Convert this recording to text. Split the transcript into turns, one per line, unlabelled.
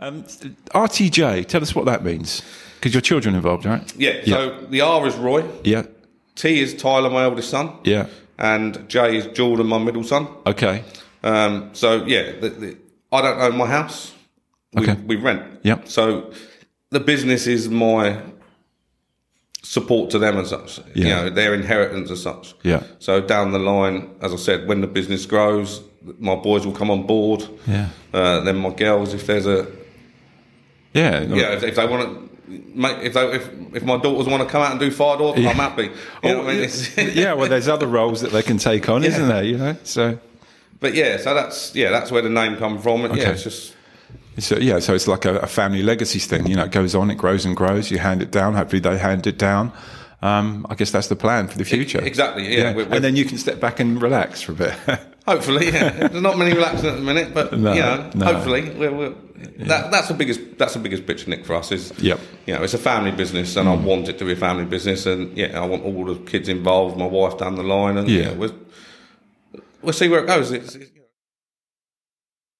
Um, RTJ, tell us what that means. Because your children involved, right?
Yeah, so the R is Roy,
Yeah.
T is Tyler, my eldest son,
Yeah.
and J is Jordan, my middle son.
Okay.
Um, so yeah, the, the, I don't own my house. We,
Okay.
we rent.
Yep.
So the business is my support to them and such. You
Yeah.
know, their inheritance and such.
Yeah.
So down the line, as I said, when the business grows, my boys will come on board.
Yeah.
Uh, then my girls, if there's a
Yeah.
yeah, if, if they want to. Make, if, they, if if my daughters want to come out and do fire door, I'm happy. You know what I
Oh,
mean? It's-
yeah, well, there's other roles that they can take on, isn't there? You know, so,
but yeah, so that's yeah, that's where the name come from. Yeah,
Okay.
it's just
so yeah, so it's like a, a family legacies thing. You know, it goes on, it grows and grows. You hand it down. Hopefully, they hand it down. Um, I guess that's the plan for the future.
E, exactly, yeah. We're- we're-
and then you can step back and relax for a bit.
Hopefully, yeah. There's not many relaxing at the minute, but
No,
you know,
no.
hopefully, we're, we're, that, that's the biggest that's the biggest picture, Nick, for us. Is
Yep. Mm.
you know, it's a family business, and I want it to be a family business, and yeah, I want all the kids involved, my wife down the line, and
Yeah.
yeah, we'll, we'll see where it goes. It's, it's,